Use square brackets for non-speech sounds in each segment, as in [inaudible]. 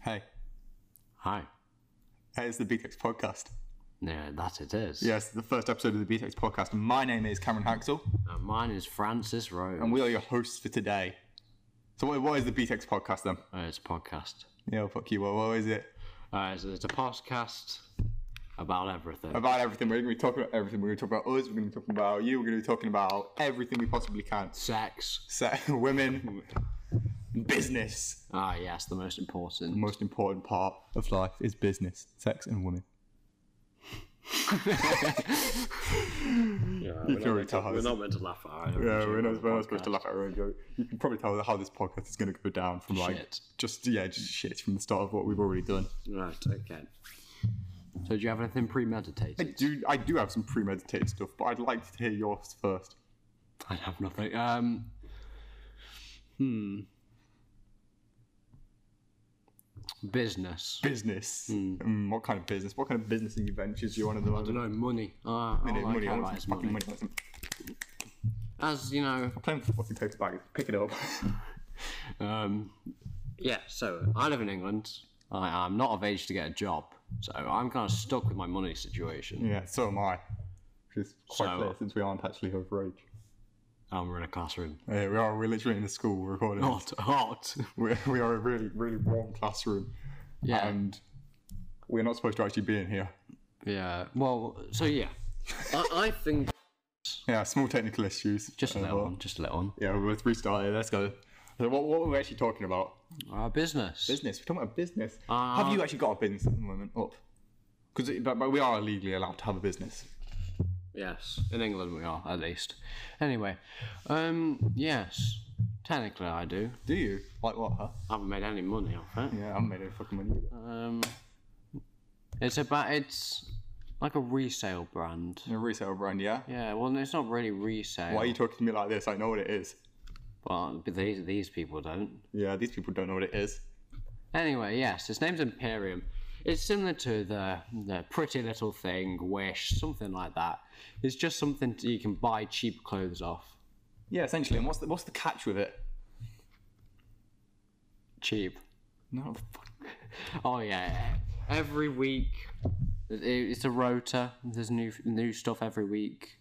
Hey, Hi. hey, it's the BTEX podcast. Yeah, that it is. Yes, the first episode of the BTEX podcast. My name is Cameron Haxel, Uh, mine is Francis Rose. and we are your hosts for today. So, what, what is the BTEX podcast then? Uh, it's a podcast. Yeah, fuck you. What, what is it? Uh, it's, it's a podcast about everything. About everything. We're going to be talking about everything. We're going to talk about us. We're going to be talking about you. We're going to be talking about everything we possibly can. Sex. Se- [laughs] women, business. Ah, yes, the most important. The most important part of life is business, sex, and women. Yeah, not meant to- we're not meant to laugh at it. Yeah, we're not, we're not supposed to laugh at our own joke. You can probably tell how this podcast is going to go down from like Shit. just yeah, just shit from the start of what we've already done. Right, okay. So, do you have anything I premeditated? do, I do have some premeditated stuff, but I'd like to hear yours first. I have nothing. Um. Hmm. Business. Business. Mm, what kind of business? What kind of business and ventures you want to do? Hmm. I don't know, money. Ah, all I money. care I about want is some fucking money. money. I want some- As you know, I'm playing with the fucking paper bag. Pick it up. [laughs] Um, yeah, so I live in England. I, I'm not of age to get a job, so I'm kind of stuck with my money situation. yeah, so am I. Which is quite So- clear since we aren't actually overage. And we're in a classroom. [laughs] Yeah, we are. We're literally in a school. We're recording. this. Hot, hot. We're, we are a really, really warm classroom, Yeah, and we're not supposed to actually be in here. yeah. Well, so yeah, I, I think Uh-huh. Yeah, small technical issues. [laughs] just a Uh, little one, just a little one. Yeah, we'll restart it. Let's go. So what, what are we actually talking about? Our business. Business. We're talking about business. Uh, have you actually got a business at the moment up? Because but, but we are legally allowed to have a business. Yes, in England we are at least. Anyway, um, yes, technically I do. Do you? Like what? Huh? I haven't made any money off it. Yeah, I haven't made any fucking money. Either. Um, it's about it's like a resale brand. You're a resale brand, yeah. Yeah, well, it's not really resale. Why are you talking to me like this? I know what it is. Well, but these these people don't. Yeah, these people don't know what it is. Anyway, yes, its name's Imperium. It's similar to the the Pretty Little Thing, Wish, something like that. It's just something t- you can buy cheap clothes off. Yeah, essentially. And what's the what's the catch with it? Cheap. No, fuck. Oh yeah. Every week, it- it's a rota. There's new new stuff every week.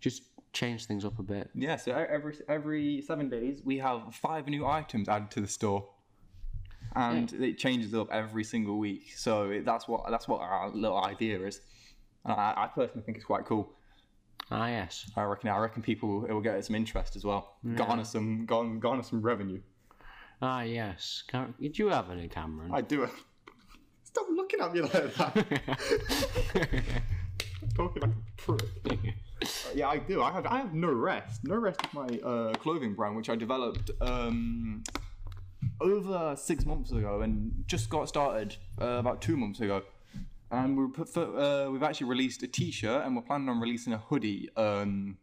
Just change things up a bit. Yeah, so e- every every seven days we have five new items added to the store, and it changes up every single week. So it, that's what that's what our little idea is. And I, I personally think it's quite cool. Ah yes. I reckon I reckon people it will get some interest as well, garner some garner, garner some revenue. Ah yes. Cam- Did you have any, Cameron? I do [laughs] it. Stop looking at me like that. [laughs] Talking like a prick. [laughs] Yeah, I do. I have I have no rest. No rest is my uh, clothing brand, which I developed um, over six months ago and just got started uh, about two months ago. And we put for, uh, we've actually released a T-shirt, and we're planning on releasing a hoodie um,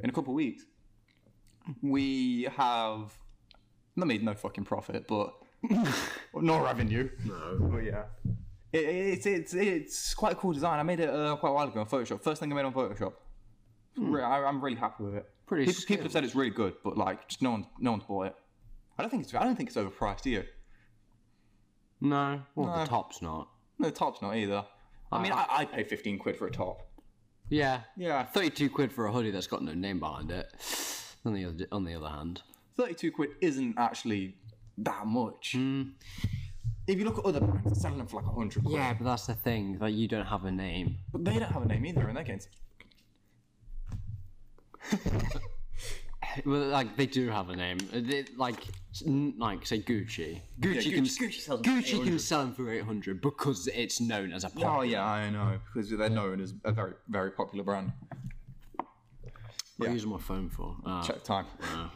in a couple of weeks. We have not made no fucking profit, but nor revenue. no. But yeah. It, it's it's it's quite a cool design. I made it uh, quite a while ago on Photoshop. First thing I made on Photoshop. Re- I, I'm really happy with it. [laughs] Pretty people, people have said Hmm. it's really good, but like just no one no one's bought it. I don't think it's I don't think it's overpriced either. No. Well, No. the top's not. No, the top's not either. I mean, I, I pay 15 quid for a top. Yeah. Uh-huh. Yeah, 32 quid for a hoodie that's got no name behind it. On the other, on the other hand, 32 quid isn't actually that much. If you look at other brands, they're selling them for like 100 quid. yeah, but that's the thing that you don't have a name. But they don't have a name either in their games. Well, like they do have a name. They, like, s- n- like say Gucci. Gucci, Gucci- can Gucci sells them for Gucci can sell them for 800 because it's known as a pop. Oh yeah, I know because they're known as a very very popular brand. What are yeah. you using my phone for? Ah, Check time. ah.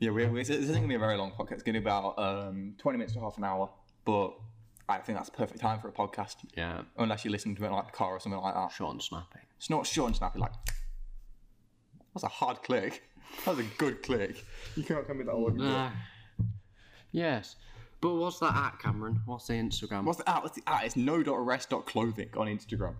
Yeah, we we- it's, it's going to be a very long podcast. It's going to be about um, 20 minutes to half an hour, but I think that's the perfect time for a podcast. yeah. Unless you listen to it in, like the car or something like that. Short and snappy. It's not short and snappy. Like that's a hard click. That was a good click. You can't tell me that wasn't good. Ah. yes. But what's that at, Cameron? What's the Instagram? What's the at? What's the at? It's no.rest.clothing on Instagram.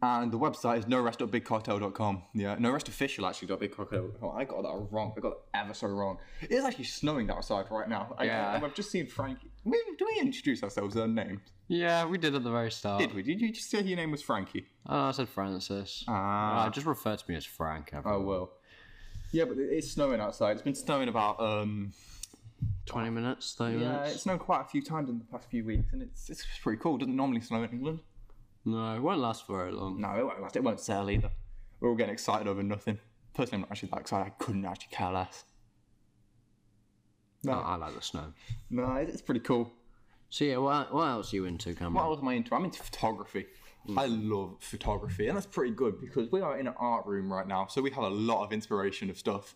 And the website is norest.bigcartel.com. Yeah, norestofficial actually. dot bigcartel.com. I got that wrong. I got that ever so wrong. It is actually snowing outside right now. I, Yeah. I, I've just seen Frank We, do we introduce ourselves our names? Yeah, we did at the very start. Did we? Did you just say your name was Frankie? Oh, I said Francis. Ah. Uh, just refer to me as Frank. Oh everyone. well. Yeah, but it- it's snowing outside. It's been snowing about um. 20 minutes, 30 Yeah, minutes. it's snowed quite a few times in the past few weeks, and it's it's pretty cool. It doesn't normally snow in England. No, it won't last for very long. No, it won't last. It won't sell either. We're all getting excited over nothing. Personally, I'm not actually that excited. I couldn't actually care less. Oh, No, I like the snow. no, it- it's pretty cool. So yeah, what, what else are you into, What Cameron? else am I into? I'm into photography. I love photography, and that's pretty good because we are in an art room right now, so we have a lot of inspiration of stuff.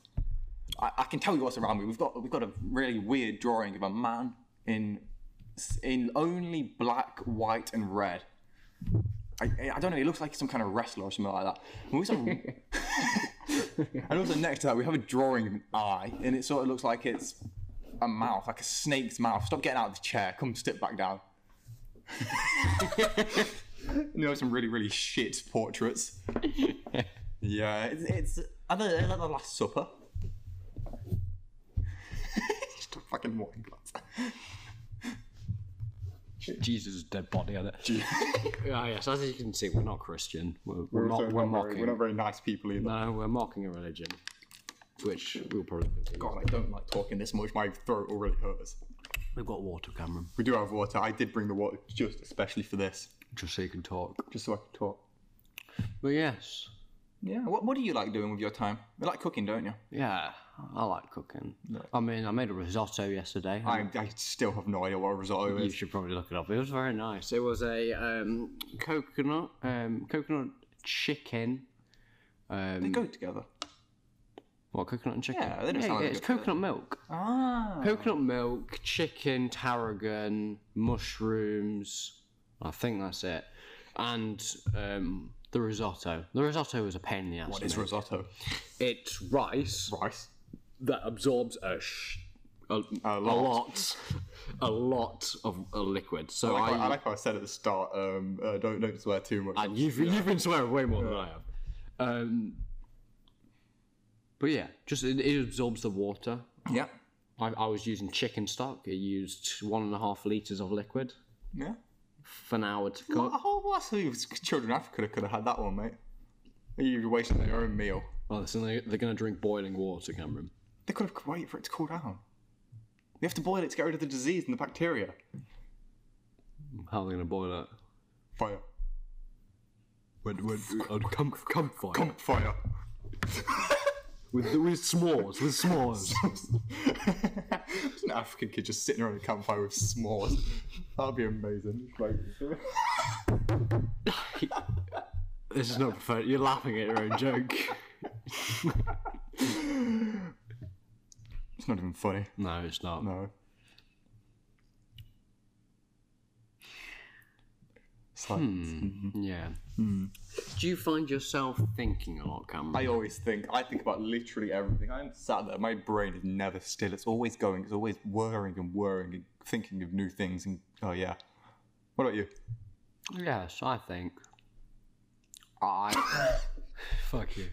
I, I can tell you what's around me. We've got we've got a really weird drawing of a man in in only black, white, and red. I, I don't know. He looks like some kind of wrestler or something like that. And, we also, and also next to that, we have a drawing of an eye, and it sort of looks like it's a mouth, like a snake's mouth. Stop getting out of the chair. Come sit back down. [laughs] You know, some really, really shit [laughs] portraits. yeah, it's, it's I don't know, it's like the Last Supper. [laughs] Just a fucking wine glass. Jesus' dead body on it. [laughs] Ah, yes, as you can see, we're not Christian. We're, we're, Also, mo- we're mocking. very, we're not very nice people either. No, we're mocking a religion, which we'll probably continue. God, I don't like talking this much. My throat already hurts. We've got water, Cameron, We do have water. I did bring the water just especially for this, just so you can talk. just so I could talk. But yes, Yeah. What What do you like doing with your time? You like cooking, don't you? yeah, I like cooking. I mean, I made a risotto yesterday. I, I still have no idea what a risotto you is. should probably look it up. It was very nice. It was a um, coconut, um, coconut chicken. Um, They go together. What coconut and chicken? Yeah, they don't sound like it's good for coconut milk. Ah. Coconut milk, chicken, tarragon, mushrooms. I think that's it. And um, the risotto. The risotto was a pain in the ass. What to is make. risotto? It's rice Rice. that absorbs a sh- a, A a lot. lot, a lot of a liquid. So I, I, I like how I said at the start. Um, uh, don't don't swear too much. and you've you've been swearing way more than I have. Um, but yeah, just it, it absorbs the water. yeah, I, I was using chicken stock. It used one and a half liters of liquid yeah. for an hour to cook. Oh, what? So you- children in Africa could have had that one, mate. You wasted their own meal. Well, Oh, so they, they're going to drink boiling water, Cameron. They could have waited for it to cool down. You have to boil it to get rid of the disease and the bacteria. How are they going to boil it? Fire, When, when, on uh, com- campfire. come fire. [laughs] with, with s'mores, with [laughs] s'mores. There's an African kid just sitting around a campfire with s'mores. That'd be amazing. Like, this is not preferred. You're laughing at your own joke. it's not even funny. No, it's not. No. Silence. Mm-hmm. Yeah. Hmm. Do you find yourself thinking a lot, Cameron? I always think. I think about literally everything. I'm sat there. My brain is never still. It's always going. It's always whirring and whirring and thinking of new things. And oh yeah. What about you? Yes, I think. I. [laughs] Fuck you.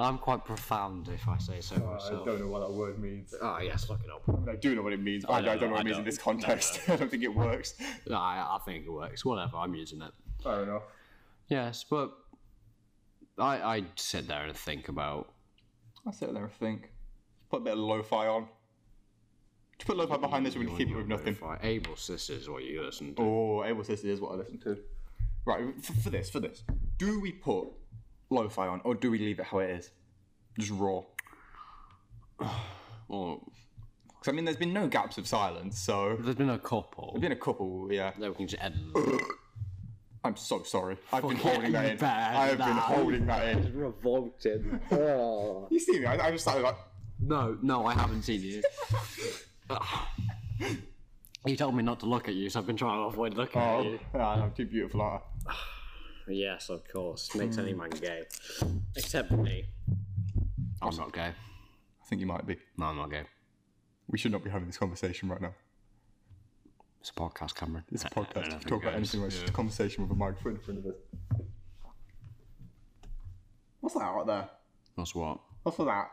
I'm quite profound, if I say so myself. know what that word means. Ah, yes, look it up. I do know what it means. but I, don't I don't know what it know, means I in this context. [laughs] I don't think it works. No, I, I think it works. Whatever, I'm using it. Fair enough. Yes, but I I sit there and think about. I sit there and think. Put a bit of lo-fi on. Just put lo-fi behind this, and we can keep it with nothing. If I Able Sisters is what you listen to. Oh, Able Sisters is what I listen to. Right, for, for this, for this, do we put lo-fi on, or do we leave it how it is, just raw? Or Because I mean, there's been no gaps of silence, so there's been a couple. there's been a couple. Yeah, That we can just edit. them. I'm so sorry. I've been Fucking holding that in. bad I have been man. holding that in. [laughs] Revolted. Oh. You see me? I, I just started like, No, no, I haven't [laughs] seen you. you told me not to look at you, so I've been trying to avoid looking oh, at you. yeah, I'm too beautiful. Aren't I? Yes, of course. Makes any man gay. Except me. I'm not gay. I think you might be. No, I'm not gay. We should not be having this conversation right now. It's a podcast, Cameron. It's a podcast. You can talk about anything. It's just a conversation with a microphone in front of us. What's that out there? That's what? What's for that?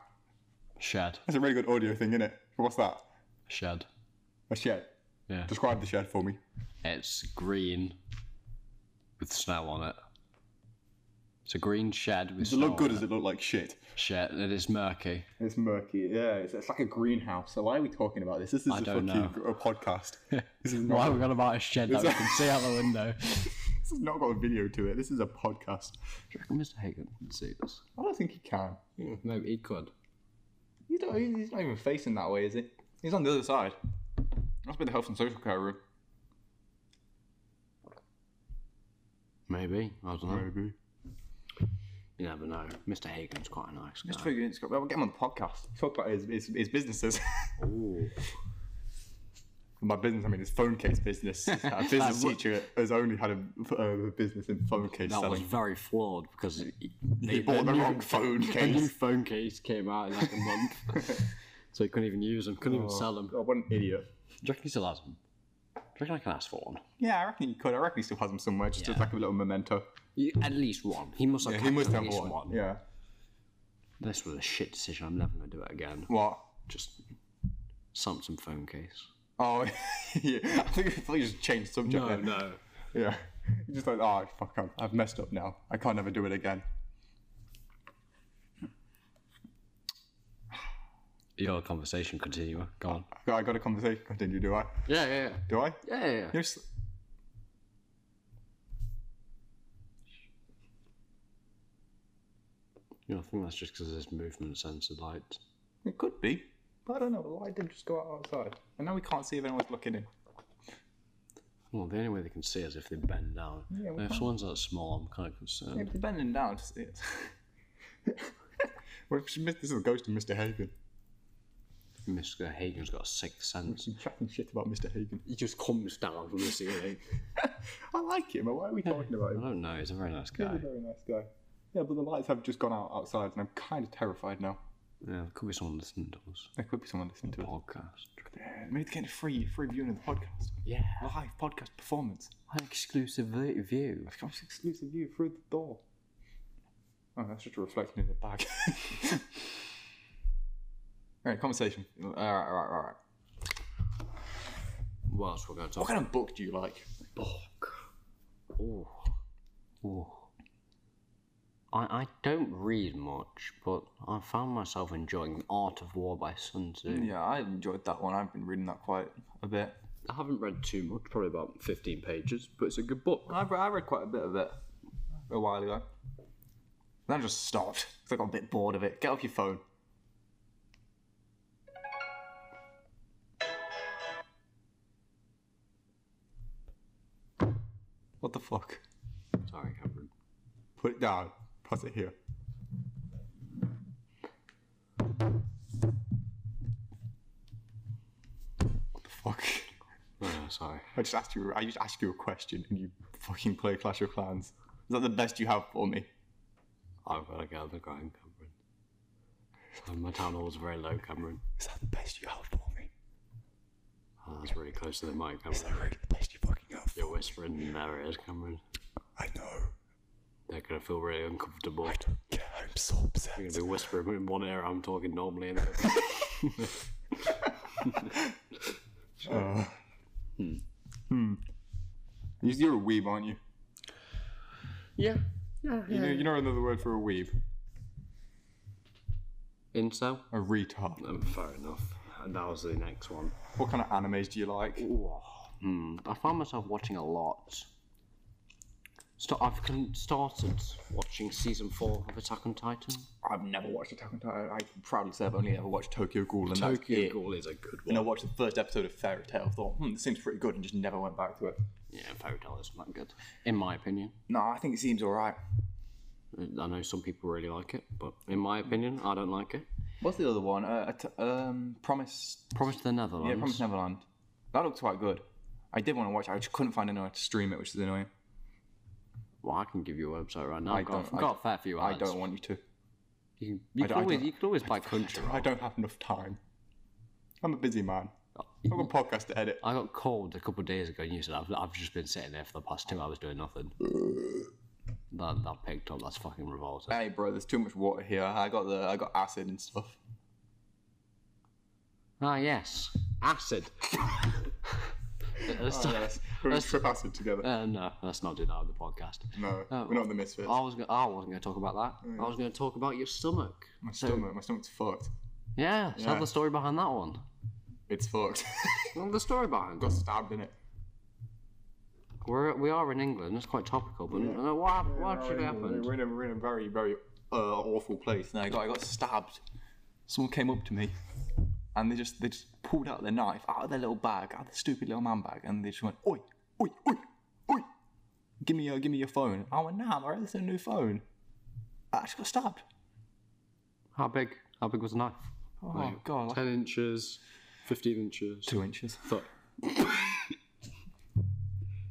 Shed. That's a really good audio thing, isn't it? What's that? Shed. A shed. Yeah. Describe the shed for me. It's green with snow on it. It's a green shed with Does it snow look good? on Does it look like shit? it. Shed. It is murky. [laughs] It's murky. Yeah, it's, it's like a greenhouse. So why are we talking about this? This is a don't fucking know. gr- a podcast. This is Why not. have we got about a shed that we It's- can see out the [laughs] window? this has not got a video to it. This is a podcast. Mr. Hagen can see this. I don't think he can. You Maybe he could. don't, he- he's not even facing that way, is he? He's on the other side. Must be the health and social care room. Maybe. I don't know. Maybe. You never know. Mr. Hagen's quite a nice guy. Mr. Fagan, we'll get him on the podcast. Talk about his, his, his businesses. [laughs] Ooh. My business, I mean, his phone case [laughs] business. Our business That would- teacher has only had a, a business in phone case That was selling. very flawed because it, He bought the wrong phone [laughs] A new case. phone case came out in [laughs] like a month, [laughs] so he couldn't even use them, couldn't even sell them. Do Oh, what an idiot. you reckon he still has them? Do you reckon I can ask for one? Yeah, I reckon he could. I reckon he still has them somewhere, just as like a little memento. You- At least one. He must have. He kept must at have least one. Yeah. This was a shit decision. I'm never gonna do it again. What? Just Samsung phone case. Oh, [laughs] yeah. I think I thought you just changed subject. there. no. Yeah. You're just like, oh, fuck, I'm, I've messed up now. I can't ever do it again. Your conversation continue. Go on. I got, I got a conversation. Continue, do I? Yeah, yeah, Do I? yeah. yeah, yeah, yeah. You're sl- You know, I think that's just because there's movement sensor light. It could be. But I don't know. The light didn't just go out outside. And now we can't see if anyone's looking in. Well, the only way they can see is if they bend down. Yeah, we if someone's that small, I'm kind of concerned. If they're bending down to [laughs] see it. Well, she missed- this is a ghost of Mr. Hagen. Mr. Hagen's got a sixth sense. She's chatting shit about Mr. Hagen. He just comes down from the ceiling. I like him. but Why are we talking about I him? don't know. He's a very nice He's a guy. very nice guy. Yeah, but the lights have just gone out outside, and I'm kind of terrified now. Yeah, there could be someone listening to us. There could be someone listening to it. Podcast. Yeah, maybe they're getting a free, free viewing of the podcast. Yeah. Live podcast performance. An exclusive vi- view. It's got an exclusive view through the door. Oh, that's just a reflection in the bag. [laughs] Alright, conversation. Alright, alright, alright. What else we're going to What talk kind of book do you like? Book. Oh. Oh. I, I don't read much, but I found myself enjoying The Art of War by Sun Tzu. Yeah, I enjoyed that one. I've been reading that quite a bit. I haven't read too much, probably about 15 pages, but it's a good book. I, I read quite a bit of it a while ago. Then I just stopped because I got a bit bored of it. Get off your phone. What the fuck? Sorry, Cameron. Put it down. Press it here. What the fuck? Oh, sorry. I just asked you. I just asked you a question, and you fucking play Clash of Clans. Is that the best you have for me? I've got to get out of the grind, Cameron. Uh, [laughs] My town hall's very low, Cameron. Is that the best you have for me? Oh, that's really close to the mic, Cameron. Really, the best you fucking have. You're whispering in their ears, Cameron. I know. They're going to feel really uncomfortable. Yeah, I'm so upset. You're going to be whispering in one ear, I'm talking normally. In the other. Uh, hmm. You- You're a weeb, aren't you? yeah. Yeah, You know, you know another word for a weeb? Incel? A retard. Um, fair enough. And that was the next one. What kind of animes do you like? Hmm. I found myself watching a lot. Sta- I've con- started watching season four of Attack on Titan. I've never watched Attack on Titan. I can proudly say I've only ever watched Tokyo Ghoul, and that's Tokyo it. Ghoul is a good And I one. watched the first episode of Fairy Tail. Thought, hmm, this seems pretty good, and just never went back to it. Yeah, Fairy Tail isn't that good, in my opinion. No, I think it seems alright. I know some people really like it, but in my opinion, I don't like it. What's the other one? Uh, att- um, Promise Promise to the Netherlands. Yeah, Promised Neverland. That looked quite good. I did want to watch it, I just couldn't find anyone to stream it, which is annoying. Well, I can give you a website right now. I I've got, don't- I've got a fair few I ads. don't want you to. You can, you I can don't- I always, don't- you can always buy country. I don't have enough time. I'm a busy man. I've got a podcast to edit. I got called a couple of days ago and you said, I've, I've just been sitting there for the past two hours doing nothing. that, that picked up. That's fucking revolting. Hey, bro, there's too much water here. I got the, I got acid and stuff. Ah, yes. Acid. Let's Oh, not- yes. We're gonna let's- trip acid together. uh, no, let's not do that on the podcast. no, uh, we're not the misfits. I was gonna, I wasn't going to talk about that. I was going to talk about your stomach. my stomach, my stomach's fucked. Yeah, so Yeah. the story behind that one. It's fucked. [laughs] Well, the story behind Got it. stabbed in it. We're, we are in England. It's quite topical, but uh, what, what should happen? We're in, a, we're in a very, very uh, awful place. And I got, I got stabbed. Someone came up to me, and they just, they just pulled out their knife out of their little bag, out of the stupid little man bag, and they just went, "Oi, oi, oi, oi! Give me your, give me your phone." I went, "Nah, I'm alright. This is a new phone." I just got stabbed. How big? How big was the knife? Oh god, like Ten inches, fifteen inches. two inches. Thought.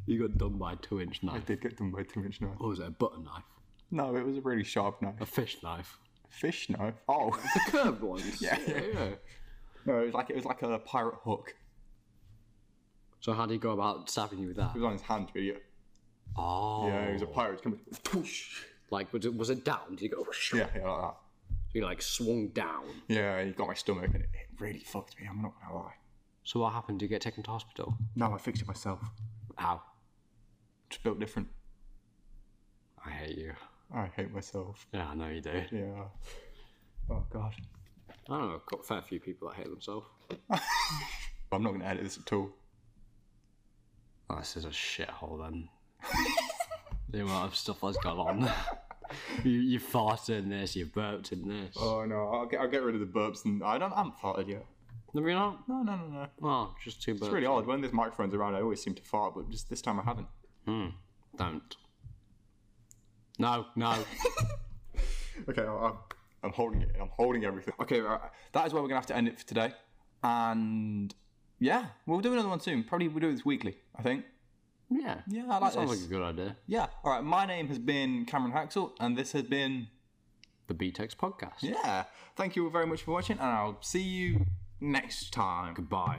you got done by a two-inch I knife. did get done by a two-inch knife. Or was it a butter knife? No, it was a really sharp knife. A fish knife? Fish knife. Oh, The curved ones. [laughs] yeah, yeah. [laughs] no, it was like it was like a pirate hook. So how do you go about stabbing you with [laughs] that? It was on his hand, really. Oh. Yeah, it was a pirate. Coming, whoosh. Like was it, was it down? Did you go? whoosh? Yeah, yeah, like that. You like swung down. Yeah, he got my stomach and it, it really fucked me. I'm not gonna lie. So what happened? Did you get taken to hospital? No, I fixed it myself. Ow! Just built different. I hate you. I hate myself. Yeah, I know you do. Yeah. Oh god. I don't know. I've got a fair few people that hate themselves. I'm not gonna edit this at all. Oh, this is a shithole then. [laughs] the amount of stuff that's gone [laughs] on. you, you farted in this, you burped in this. Oh no, I'll get, I'll get rid of the burps and I don't. I haven't farted yet. Have you not? No, no, no, no. Oh, just two burps. It's really odd. When there's microphones around, I always seem to fart, but just this time I haven't. Don't. No, [laughs] no. Okay, I- I'm, I'm holding it. I'm holding everything. Okay, right, that is where we're gonna have to end it for today. And yeah, we'll do another one soon. Probably we'll do this weekly. I think. yeah. Yeah, I That like sounds this. like a good idea. Yeah. All right. My name has been Cameron Haxel, and this has been The BTEX podcast. yeah. Thank you all very much for watching, and I'll see you next time. Goodbye.